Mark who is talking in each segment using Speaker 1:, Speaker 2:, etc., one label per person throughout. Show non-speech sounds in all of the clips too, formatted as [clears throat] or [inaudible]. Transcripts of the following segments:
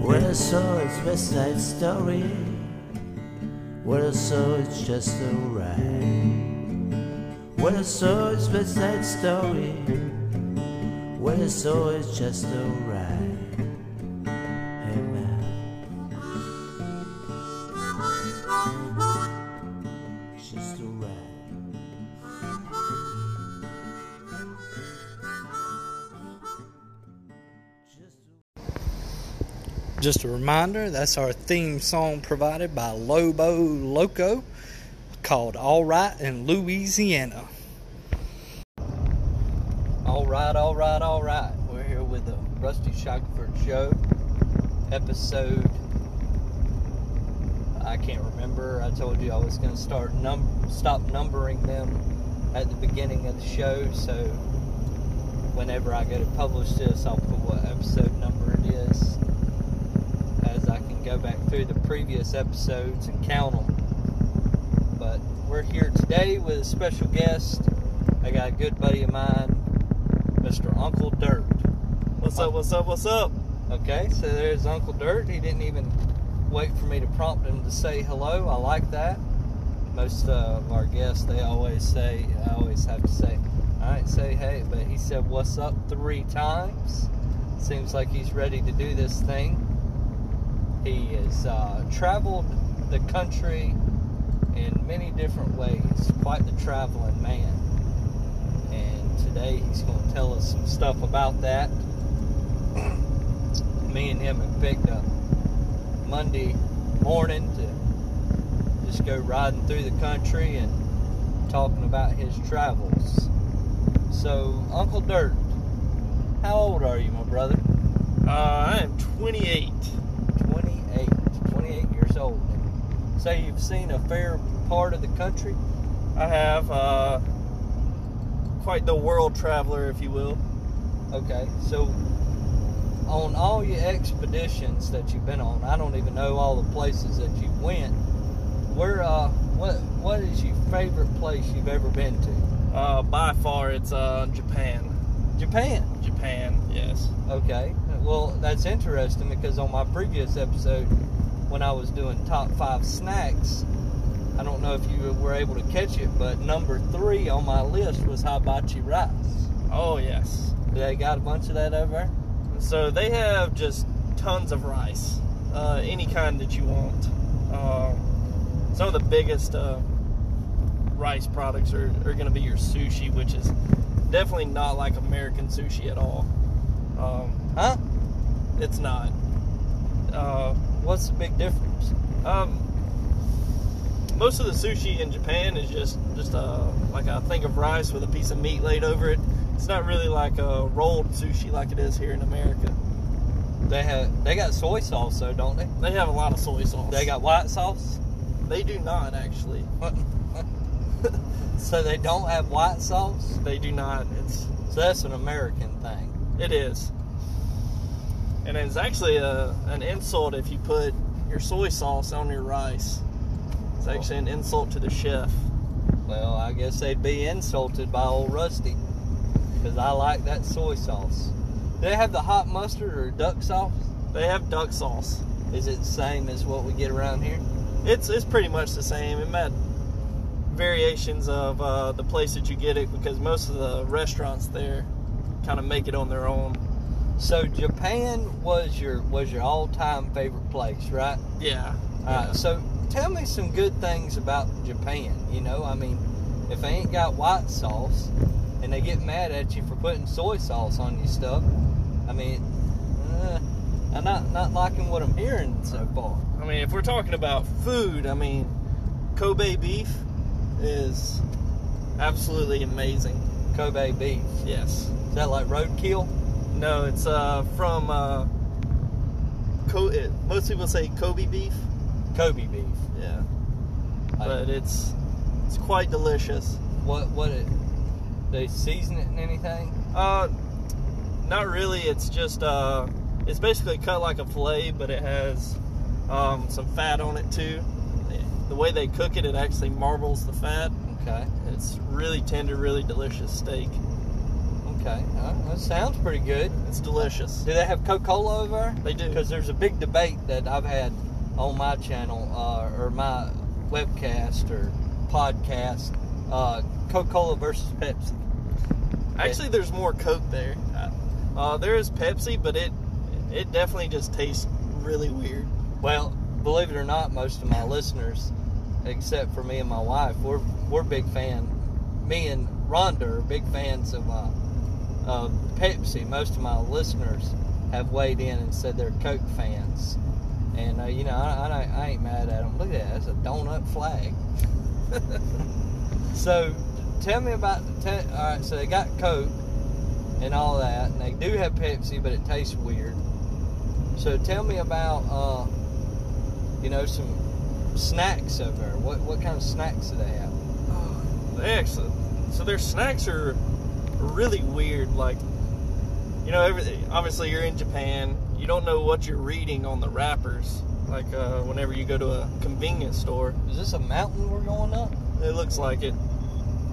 Speaker 1: What I saw is West Side Story. What I saw is just alright. What I saw is West Side Story. What I saw is just alright. Hey man, just alright. Just alright.
Speaker 2: Just a reminder that's our theme song provided by Lobo Loco called All Right in Louisiana. All right, all right, all right. We're here with the Rusty Shackelford Show episode. I can't remember. I told you I was going to start num- stop numbering them at the beginning of the show, so whenever I go to publish this, I'll put what episode number it is as I can go back through the previous episodes and count them. But we're here today with a special guest. I got a good buddy of mine, Mr. Uncle Dirt.
Speaker 3: What's up? What's up? What's up?
Speaker 2: Okay, so there's Uncle Dirt. He didn't even wait for me to prompt him to say hello. I like that. Most of our guests, they always say, I always have to say, all right, say hey, but he said, what's up three times. Seems like he's ready to do this thing. He has uh, traveled the country in many different ways, quite the traveling man. And today he's going to tell us some stuff about that. [clears throat] Me and him have picked up Monday morning to just go riding through the country and talking about his travels. So, Uncle Dirt, how old are you, my brother?
Speaker 3: Uh, I am 28.
Speaker 2: 28, 28 years old. So you've seen a fair part of the country.
Speaker 3: I have uh, quite the world traveler, if you will.
Speaker 2: Okay, so on all your expeditions that you've been on, I don't even know all the places that you went. Where, uh, what, what is your favorite place you've ever been to?
Speaker 3: Uh, by far, it's uh, Japan.
Speaker 2: Japan.
Speaker 3: Japan, yes.
Speaker 2: Okay. Well, that's interesting because on my previous episode, when I was doing top five snacks, I don't know if you were able to catch it, but number three on my list was hibachi rice.
Speaker 3: Oh, yes.
Speaker 2: They got a bunch of that over.
Speaker 3: So they have just tons of rice, uh, any kind that you want. Um, some of the biggest uh, rice products are, are going to be your sushi, which is definitely not like American sushi at all. Um,
Speaker 2: Huh?
Speaker 3: it's not. Uh,
Speaker 2: What's the big difference?
Speaker 3: um, most of the sushi in Japan is just just uh, like a thing of rice with a piece of meat laid over it. It's not really like a rolled sushi like it is here in America.
Speaker 2: They have they got soy sauce though, don't they?
Speaker 3: They have a lot of soy sauce.
Speaker 2: They got white sauce. [laughs]
Speaker 3: They do not actually.
Speaker 2: so they don't have white sauce.
Speaker 3: They do not. It's
Speaker 2: So that's an American thing.
Speaker 3: it is. And it's actually a, an insult if you put your soy sauce on your rice. It's
Speaker 2: Oh.
Speaker 3: actually an insult to the chef.
Speaker 2: Well, I guess they'd be insulted by old Rusty because I like that soy sauce. Do they have the hot mustard or duck sauce?
Speaker 3: They have duck sauce.
Speaker 2: Is it the same as what we get around here?
Speaker 3: It's it's pretty much the same. It meant variations of uh, the place that you get it because most of the restaurants there kind of make it on their own.
Speaker 2: So Japan was your was your all time favorite place, right?
Speaker 3: Yeah.
Speaker 2: Uh, so tell me some good things about Japan. You know, I mean, if they ain't got white sauce and they get mad at you for putting soy sauce on your stuff, I mean, uh, I'm not not liking what I'm hearing so far.
Speaker 3: I mean, if we're talking about food, I mean, Kobe beef is absolutely amazing.
Speaker 2: Kobe beef
Speaker 3: Yes.
Speaker 2: is that like roadkill?
Speaker 3: No, it's uh, from uh, Co- it, most people say Kobe beef.
Speaker 2: Kobe beef.
Speaker 3: Yeah,
Speaker 2: Like,
Speaker 3: but it's it's quite delicious.
Speaker 2: what what it? They season it in anything?
Speaker 3: Uh, not really. It's just uh, it's basically cut like a fillet, but it has um, some fat on it too. The way they cook it, it actually marbles the fat.
Speaker 2: Okay,
Speaker 3: It's really tender, really delicious steak.
Speaker 2: Okay, uh, that sounds pretty good.
Speaker 3: It's delicious.
Speaker 2: Do they have Coca-Cola over there?
Speaker 3: They do.
Speaker 2: Because there's a big debate that I've had on my channel uh, or my webcast or podcast: uh, Coca-Cola versus Pepsi.
Speaker 3: Actually, there's more Coke there. Uh, there is Pepsi, but it it definitely just tastes really weird.
Speaker 2: Well, believe it or not, most of my listeners, except for me and my wife, we're we're big fan. Me and Rhonda are big fans of uh, of Pepsi. Most of my listeners have weighed in and said they're Coke fans, and uh, you know I, I, I ain't mad at them. Look at that, that's a donut flag. [laughs] so, tell me about the. Te- all right, so they got Coke and all that, and they do have Pepsi, but it tastes weird. So tell me about, uh, you know, some snacks over there. What what kind of snacks do they have?
Speaker 3: Excellent. So their snacks are really weird. Like, you know, everything. Obviously, you're in Japan. You don't know what you're reading on the wrappers. Like uh, whenever you go to a convenience store,
Speaker 2: Is this a mountain we're going up? [laughs]
Speaker 3: it looks like it.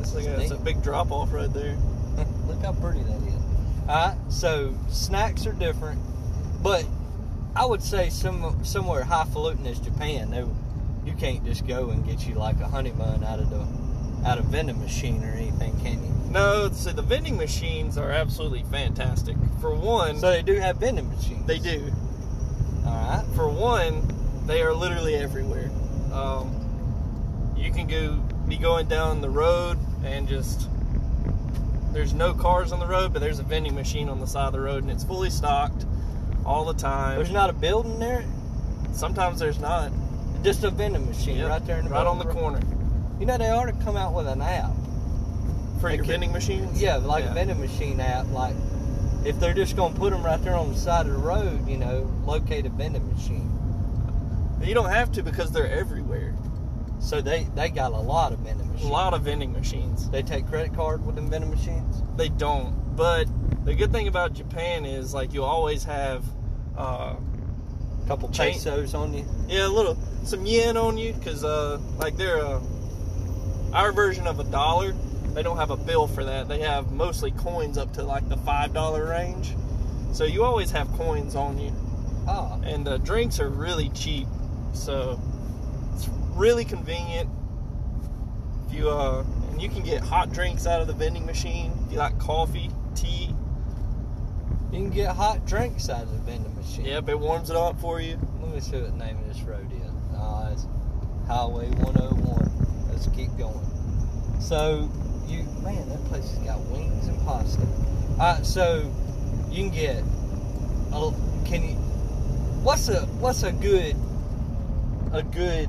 Speaker 3: It's, like a, it's a big drop off right there.
Speaker 2: Look how pretty that is. All right, so snacks are different, but I would say some somewhere highfalutin as Japan. They, you can't just go and get you like a honey bun out of the out of vending machine or anything, can you?
Speaker 3: No, so the vending machines are absolutely fantastic. For one,
Speaker 2: So they do have vending machines.
Speaker 3: they do.
Speaker 2: All right.
Speaker 3: for one, they are literally everywhere. Um, you can go be going down the road and just there's no cars on the road, but there's a vending machine on the side of the road and it's fully stocked all the time.
Speaker 2: There's not a building there.
Speaker 3: Sometimes there's not.
Speaker 2: Just a vending machine
Speaker 3: Yep,
Speaker 2: right there in the
Speaker 3: right
Speaker 2: middle
Speaker 3: on the
Speaker 2: of road.
Speaker 3: corner
Speaker 2: You know they ought to come out with an app.
Speaker 3: for
Speaker 2: They
Speaker 3: your
Speaker 2: could-
Speaker 3: vending machines.
Speaker 2: Yeah, like
Speaker 3: Yeah.
Speaker 2: a vending machine app. Like if they're just gonna put them right there on the side of the road, you know, locate a vending machine.
Speaker 3: You don't have to because they're everywhere.
Speaker 2: So they they got a lot of vending
Speaker 3: A
Speaker 2: machines.
Speaker 3: lot of vending machines.
Speaker 2: They take credit card with them vending machines.
Speaker 3: They don't. But the good thing about Japan is like you always have uh,
Speaker 2: couple
Speaker 3: Change-
Speaker 2: pesos on you.
Speaker 3: Yeah, a little some yen on you because uh, like they're uh, our version of a dollar. They don't have a bill for that. They have mostly coins up to like the five dollar range. So you always have coins on you,
Speaker 2: Oh,
Speaker 3: and the drinks are really cheap. So it's really convenient. If you uh, and you can get hot drinks out of the vending machine. If you like coffee, tea,
Speaker 2: you can get hot drinks out of the vending machine.
Speaker 3: yep, it warms it up for you.
Speaker 2: Let me see what the name of this road is. Uh, it's Highway 101. Let's keep going. So, you man, that place has got wings and pasta. Uh, so you can get. Oh, can you? What's a what's a good a good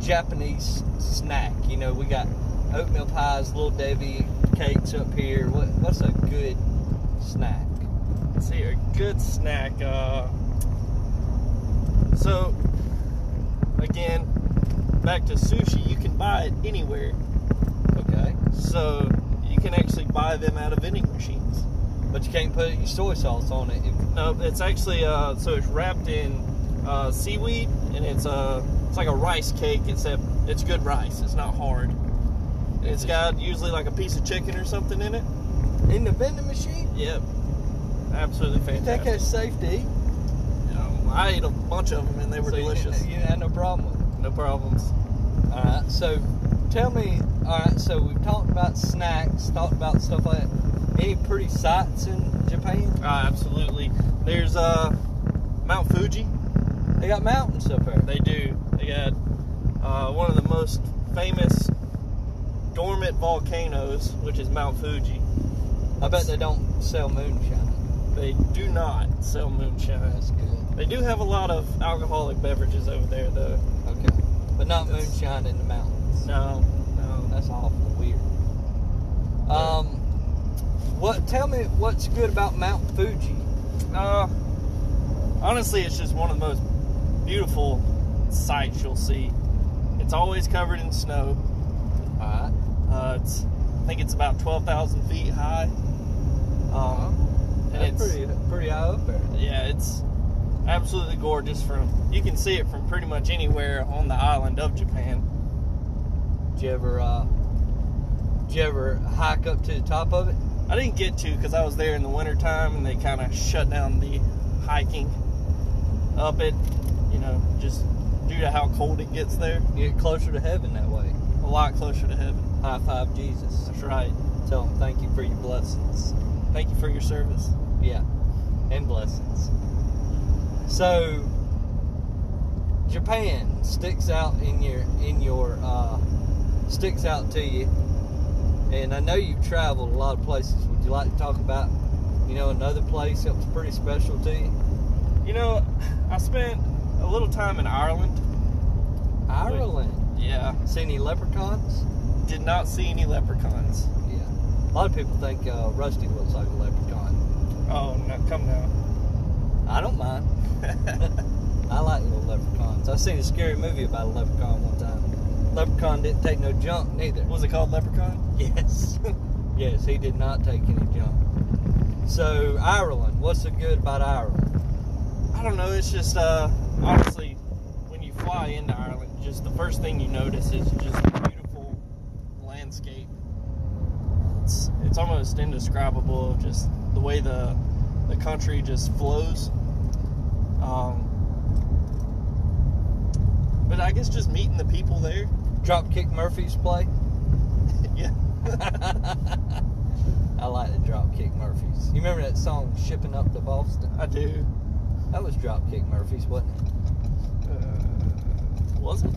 Speaker 2: Japanese snack? You know, we got oatmeal pies, little Debbie cakes up here. What what's a good snack?
Speaker 3: Let's see, a good snack. Uh, so, again, back to sushi, you can buy it anywhere.
Speaker 2: Okay,
Speaker 3: So, you can actually buy them out of vending machines.
Speaker 2: but you can't put your soy sauce on it if
Speaker 3: No, it's actually, uh, so it's wrapped in uh, seaweed and it's, uh, it's like a rice cake, except it's good rice, it's not hard. It's got usually like a piece of chicken or something in it.
Speaker 2: In the vending machine?
Speaker 3: Yep. Absolutely
Speaker 2: You think
Speaker 3: fantastic.
Speaker 2: that's safe to eat?
Speaker 3: Um, I ate a bunch of them and they were
Speaker 2: So you didn't-
Speaker 3: delicious.
Speaker 2: You didn't have no problem with
Speaker 3: No problems.
Speaker 2: it. All right. So tell me. All right. So we've talked about snacks, talked about stuff like that. Any pretty sights in Japan?
Speaker 3: Uh, absolutely. There's uh, Mount Fuji.
Speaker 2: They got mountains up there.
Speaker 3: They do. They got uh, one of the most famous dormant volcanoes, which is Mount Fuji.
Speaker 2: I bet they don't sell moonshine.
Speaker 3: They do not sell moonshine.
Speaker 2: That's good.
Speaker 3: They do have a lot of alcoholic beverages over there, though.
Speaker 2: Okay. But not
Speaker 3: That's-
Speaker 2: moonshine in the mountains.
Speaker 3: No, no.
Speaker 2: That's awful weird. Um, what? Tell me what's good about Mount Fuji?
Speaker 3: Uh, honestly, it's just one of the most beautiful sights you'll see. It's always covered in snow.
Speaker 2: All right.
Speaker 3: Uh, it's, I think it's about 12,000 feet high. Um, and
Speaker 2: Uh-huh. That's
Speaker 3: it's,
Speaker 2: pretty pretty high up there.
Speaker 3: yeah, it's absolutely gorgeous. From you can see it from pretty much anywhere on the island of Japan.
Speaker 2: Did you ever, uh, did you ever hike up to the top of it?
Speaker 3: I didn't get to because I was there in the wintertime and they kind of shut down the hiking up it, you know, just due to how cold it gets there.
Speaker 2: You get closer to heaven that way.
Speaker 3: A lot closer to heaven.
Speaker 2: High five Jesus.
Speaker 3: That's right.
Speaker 2: Tell him thank you for your blessings.
Speaker 3: Thank you for your service.
Speaker 2: Yeah, and blessings. So Japan sticks out in your in your uh, sticks out to you, and I know you've traveled a lot of places. Would you like to talk about you know another place that was pretty special to you?
Speaker 3: You know, I spent a little time in Ireland.
Speaker 2: Ireland.
Speaker 3: Yeah.
Speaker 2: See any leprechauns?
Speaker 3: Did not see any leprechauns.
Speaker 2: Yeah. A lot of people think uh, Rusty looks like a leprechaun.
Speaker 3: Oh, no, come [laughs] now.
Speaker 2: I don't mind. I like little leprechauns. I seen a scary movie about a leprechaun one time. Leprechaun didn't take no junk neither.
Speaker 3: Was it called Leprechaun?
Speaker 2: [laughs] Yes. [laughs] yes, he did not take any junk. So Ireland, what's so good about Ireland?
Speaker 3: I don't know. It's just uh, honestly, when you fly into Ireland, just the first thing you notice is just the beautiful landscape. It's it's almost indescribable. of Just the way the the country just flows. Um, but I guess just meeting the people there. [laughs]
Speaker 2: Dropkick Murphys play? [laughs]
Speaker 3: yeah.
Speaker 2: I like the Dropkick Murphys. You remember that song "Shipping Up to Boston"?
Speaker 3: I do.
Speaker 2: That was Dropkick Murphys, wasn't it?
Speaker 3: Uh, was it?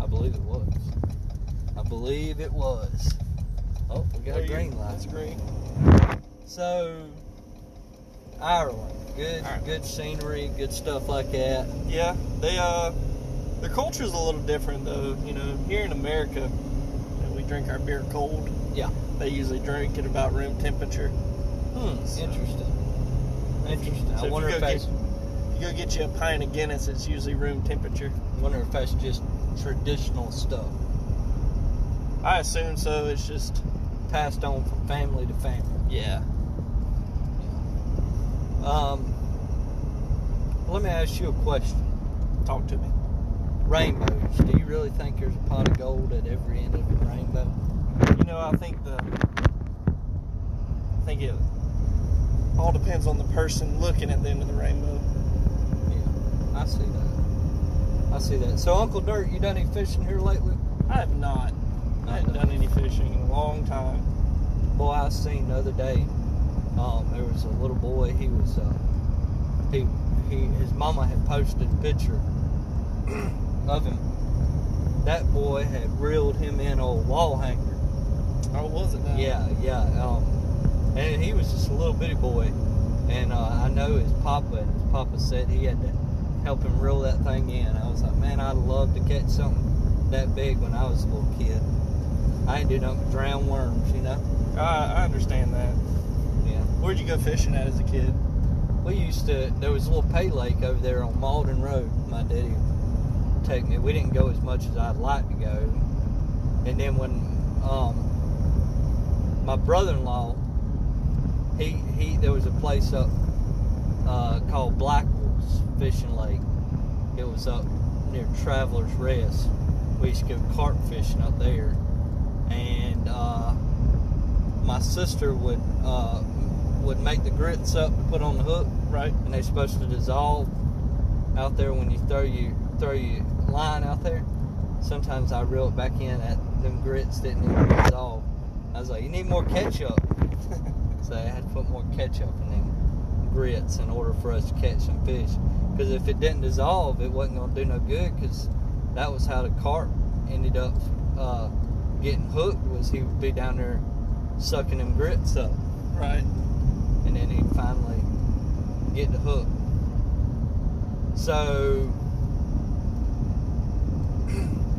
Speaker 2: I believe it was. I believe it was. Oh, we got
Speaker 3: There
Speaker 2: a
Speaker 3: you-
Speaker 2: green light.
Speaker 3: That's green.
Speaker 2: So, Ireland, good,
Speaker 3: Ireland.
Speaker 2: good scenery, good stuff like that.
Speaker 3: Yeah, they uh, their culture's a little different though. You know, here in America, you know, we drink our beer cold.
Speaker 2: Yeah.
Speaker 3: They usually drink at about room temperature.
Speaker 2: Hmm.
Speaker 3: So-
Speaker 2: Interesting. Interesting.
Speaker 3: So
Speaker 2: I
Speaker 3: if
Speaker 2: wonder
Speaker 3: you
Speaker 2: if
Speaker 3: go
Speaker 2: that's
Speaker 3: You go get you a pint of Guinness, it's usually room temperature.
Speaker 2: wonder if that's just traditional stuff
Speaker 3: I assume so. It's just
Speaker 2: passed on from family to family.
Speaker 3: yeah.
Speaker 2: Um, let me ask you a question.
Speaker 3: Talk to me.
Speaker 2: Rainbows. Do you really think there's a pot of gold at every end of the rainbow?
Speaker 3: You know, I think the I think it all depends on the person looking at the end of the rainbow.
Speaker 2: Yeah, I see that. I see that. So, Uncle Dirt, you done any fishing here lately?
Speaker 3: I have not. I haven't done any fishing in a long time.
Speaker 2: Boy, I seen the other day. Um, there was a little boy. He was uh, he he his mama had posted a picture [clears throat] of him. That boy had reeled him in on a wall hanger.
Speaker 3: Oh, was it? now?
Speaker 2: Yeah, yeah. Um, and he was just a little bitty boy, and uh, I know his papa. And his papa said he had to help him reel that thing in. I was like, man, I'd love to catch something that big when I was a little kid. I ain't do nothing but drown worms, you know.
Speaker 3: I, I understand that.
Speaker 2: Yeah.
Speaker 3: Where'd you go fishing at as a kid?
Speaker 2: We used to. There was a little pay lake over there on Malden Road. My daddy would take me. We didn't go as much as I'd like to go. And then when um, my brother-in-law, he he, there was a place up uh, called Blackwell's Fishing Lake. It was up near Travelers Rest. We used to go carp fishing up there, and uh, my sister would uh, would make the grits up and put on the hook
Speaker 3: Right.
Speaker 2: and they're supposed to dissolve out there when you throw you throw your line out there. Sometimes I reel it back in at them grits didn't even dissolve. I was like, you need more ketchup. [laughs] so I had to put more ketchup in them grits in order for us to catch some fish. Because if it didn't dissolve, it wasn't going to do no good. Because that was how the carp ended up uh, getting hooked. Was he would be down there sucking them grits up
Speaker 3: Right.
Speaker 2: and then he'd finally get the hook. So, [clears throat]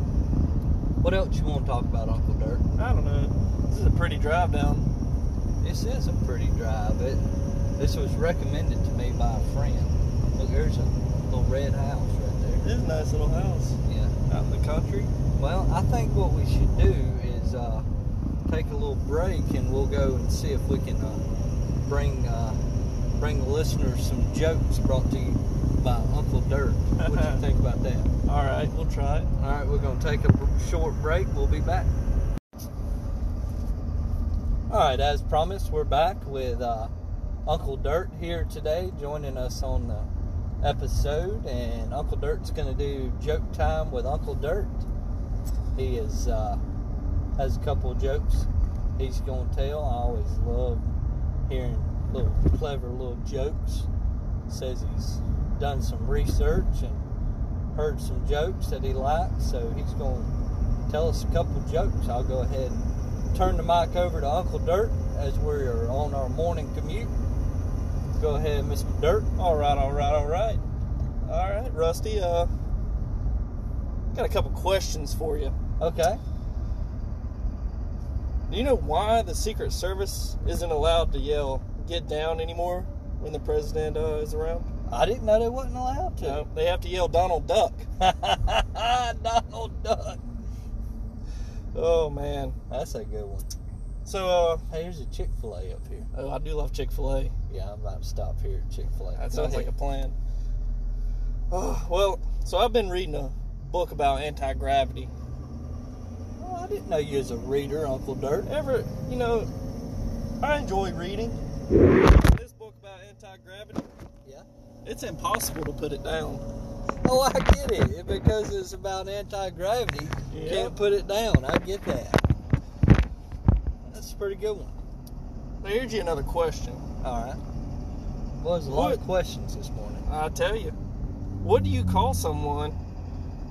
Speaker 2: what else you want to talk about, Uncle Dirk?
Speaker 3: I don't know. This is a pretty drive down.
Speaker 2: This is a pretty drive. It this was recommended to me by a friend. Look, there's a little red house right
Speaker 3: This is a nice little house
Speaker 2: there. Yeah.
Speaker 3: out in the country.
Speaker 2: Well, I think what we should do is uh, take a little break, and we'll go and see if we can uh, bring uh, bring the listeners some jokes brought to you by Uncle Dirt. What do you think about that?
Speaker 3: All right, we'll try it.
Speaker 2: All right, we're gonna take a br- short break. We'll be back. All right, as promised, we're back with uh, Uncle Dirt here today, joining us on the episode, and Uncle Dirt's going to do joke time with Uncle Dirt. He is uh, has a couple of jokes he's going to tell. I always love hearing little clever little jokes. Says he's done some research and heard some jokes that he likes, so he's going to tell us a couple of jokes. I'll go ahead and turn the mic over to Uncle Dirt as we are on our morning commute. Go ahead, Mr. Dirt.
Speaker 3: All right, all right, all right. All right, Rusty. Uh, got a couple questions for you.
Speaker 2: Okay.
Speaker 3: Do you know why the Secret Service isn't allowed to yell "Get down" anymore when the president uh, is around?
Speaker 2: I didn't know they wasn't allowed to.
Speaker 3: No, they have to yell Donald Duck.
Speaker 2: [laughs] Donald Duck.
Speaker 3: Oh man.
Speaker 2: That's a good one.
Speaker 3: So uh,
Speaker 2: Hey, here's a Chick Fil A up here.
Speaker 3: oh, I do love Chick Fil A.
Speaker 2: Yeah, I'm about to stop here at Chick Fil A.
Speaker 3: That sounds like a plan. Oh, well, so I've been reading a book about anti gravity.
Speaker 2: Oh, I didn't know you was a reader, Uncle Dirt.
Speaker 3: Ever, you know, I enjoy reading. This book about anti gravity,
Speaker 2: Yeah.
Speaker 3: it's impossible to put it down.
Speaker 2: Oh, I get it. It- Because it's about anti gravity. You
Speaker 3: Yeah.
Speaker 2: Can't put it down. I get that. That's a pretty good one.
Speaker 3: Now, here's you another question.
Speaker 2: All right. Well, there's a lot of
Speaker 3: What?
Speaker 2: questions this morning.
Speaker 3: I tell you, what do you call someone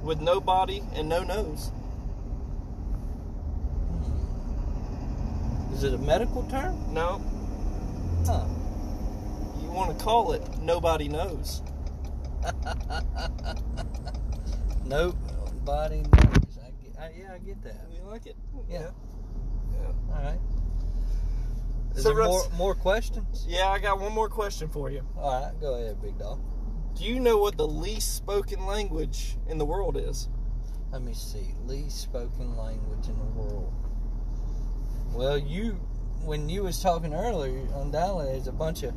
Speaker 3: with no body and no nose?
Speaker 2: Is it a medical term?
Speaker 3: No,
Speaker 2: Huh.
Speaker 3: you want to call it nobody knows.
Speaker 2: Nope. Body knows. I get, I, yeah, I get that.
Speaker 3: We like it.
Speaker 2: Yeah.
Speaker 3: Yeah.
Speaker 2: All right. Is
Speaker 3: So
Speaker 2: there more,
Speaker 3: Russ-
Speaker 2: more questions?
Speaker 3: Yeah, I got one more question for you.
Speaker 2: All right, go ahead, big dog.
Speaker 3: Do you know what the least spoken language in the world is?
Speaker 2: Let me see. Least spoken language in the world. Well, you, when you was talking earlier, undoubtedly there's a bunch of.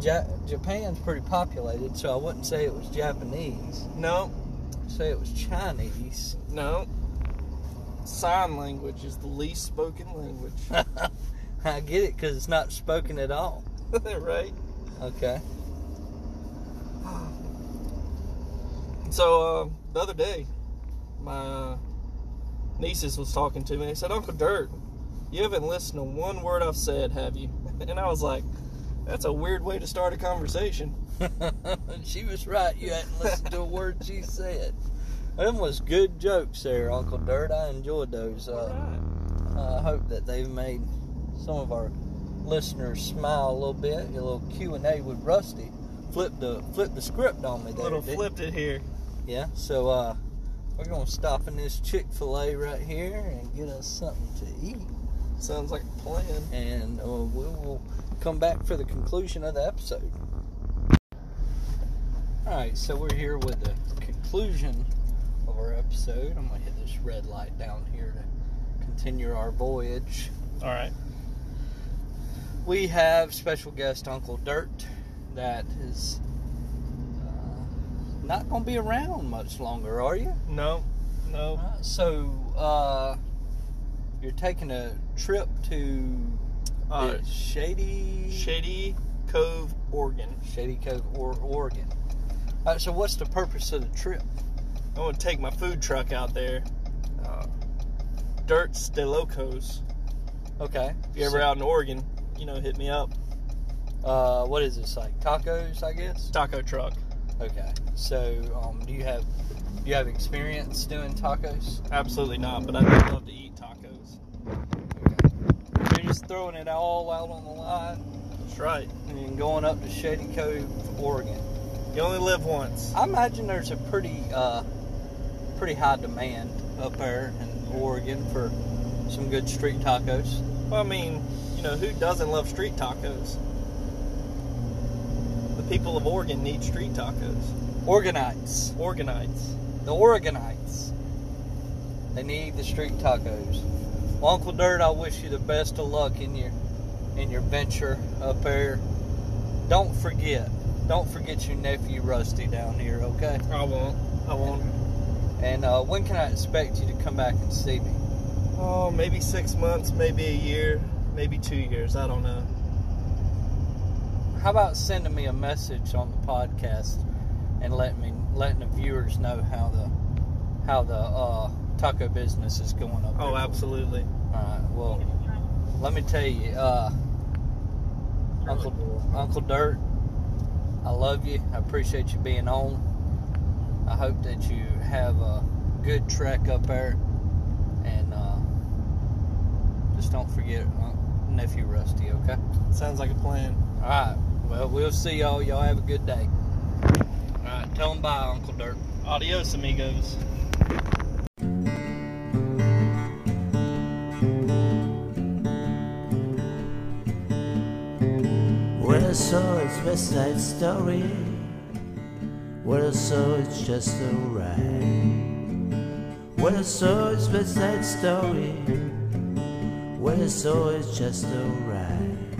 Speaker 2: Ja- Japan's pretty populated, so I wouldn't say it was Japanese.
Speaker 3: No,
Speaker 2: I'd say it was Chinese. [laughs]
Speaker 3: no. Sign language is the least spoken language. [laughs]
Speaker 2: I get it because it's not spoken at all.
Speaker 3: right?
Speaker 2: Okay. [laughs]
Speaker 3: So uh, the other day, my uh, nieces was talking to me. They said, "Uncle Dirt, you haven't listened to one word I've said, have you?" [laughs] And I was like, "That's a weird way to start a conversation."
Speaker 2: she was right. You hadn't listened to a word she said. Them was good jokes there, Uncle Dirt. I enjoyed those. Uh, I hope that they've made some of our listeners smile a little bit. A little Q and A with Rusty. Flip the flip the script on me there.
Speaker 3: Little
Speaker 2: didn't
Speaker 3: flipped it here.
Speaker 2: it? Yeah. So uh, we're gonna stop in this Chick Fil A right here and get us something to eat,
Speaker 3: Sounds like a plan.
Speaker 2: and uh, we will come back for the conclusion of the episode. All right, so we're here with the conclusion of our episode. I'm gonna hit this red light down here to continue our voyage.
Speaker 3: All right.
Speaker 2: We have special guest Uncle Dirt that is uh, not gonna be around much longer, are you?
Speaker 3: No, no.
Speaker 2: Alright, So uh, you're taking a trip to
Speaker 3: Uh,
Speaker 2: uh, Shady
Speaker 3: Shady Cove, Oregon.
Speaker 2: Shady Cove, or Oregon. All right, so what's the purpose of the trip?
Speaker 3: I'm gonna take my food truck out there. Uh, Dirt's de Locos.
Speaker 2: Okay.
Speaker 3: If you're ever out in Oregon, you know, hit me up.
Speaker 2: Uh, what is this like tacos? I guess.
Speaker 3: Taco truck.
Speaker 2: Okay. So, um, do you have do you have experience doing tacos?
Speaker 3: Absolutely not, but I do love to eat tacos.
Speaker 2: You're just throwing it all out on the line
Speaker 3: That's right.
Speaker 2: and going up to Shady Cove, Oregon.
Speaker 3: You only live once.
Speaker 2: I imagine there's a pretty uh, pretty high demand up there in Oregon for some good street tacos.
Speaker 3: Well, I mean, you know, who doesn't love street tacos? The people of Oregon need street tacos.
Speaker 2: Oregonites,
Speaker 3: Oregonites.
Speaker 2: the Oregonites, they need the street tacos. Well, Uncle Dirt, I wish you the best of luck in your in your venture up there. Don't forget, don't forget your nephew Rusty down here, okay?
Speaker 3: I won't. I won't.
Speaker 2: And uh, when can I expect you to come back and see me?
Speaker 3: Oh, maybe six months, maybe a year. maybe two years. I don't know.
Speaker 2: How about sending me a message on the podcast and letting me letting the viewers know how the how the uh, taco business is going up?
Speaker 3: Oh,
Speaker 2: there?
Speaker 3: absolutely.
Speaker 2: All right. Well, let me tell you, uh, Uncle Uncle Dirt, I love you. I appreciate you being on. I hope that you have a good trek up there, and uh, just don't forget uh, nephew Rusty. Okay.
Speaker 3: Sounds like a plan.
Speaker 2: All right. Well, we'll see y'all. Y'all have a good day. All right. Tell them bye, Uncle Dirt.
Speaker 3: Adios, amigos.
Speaker 1: What I saw is West Side Story. What I saw is just a ride. What I saw is West Side Story. What I saw is just a ride.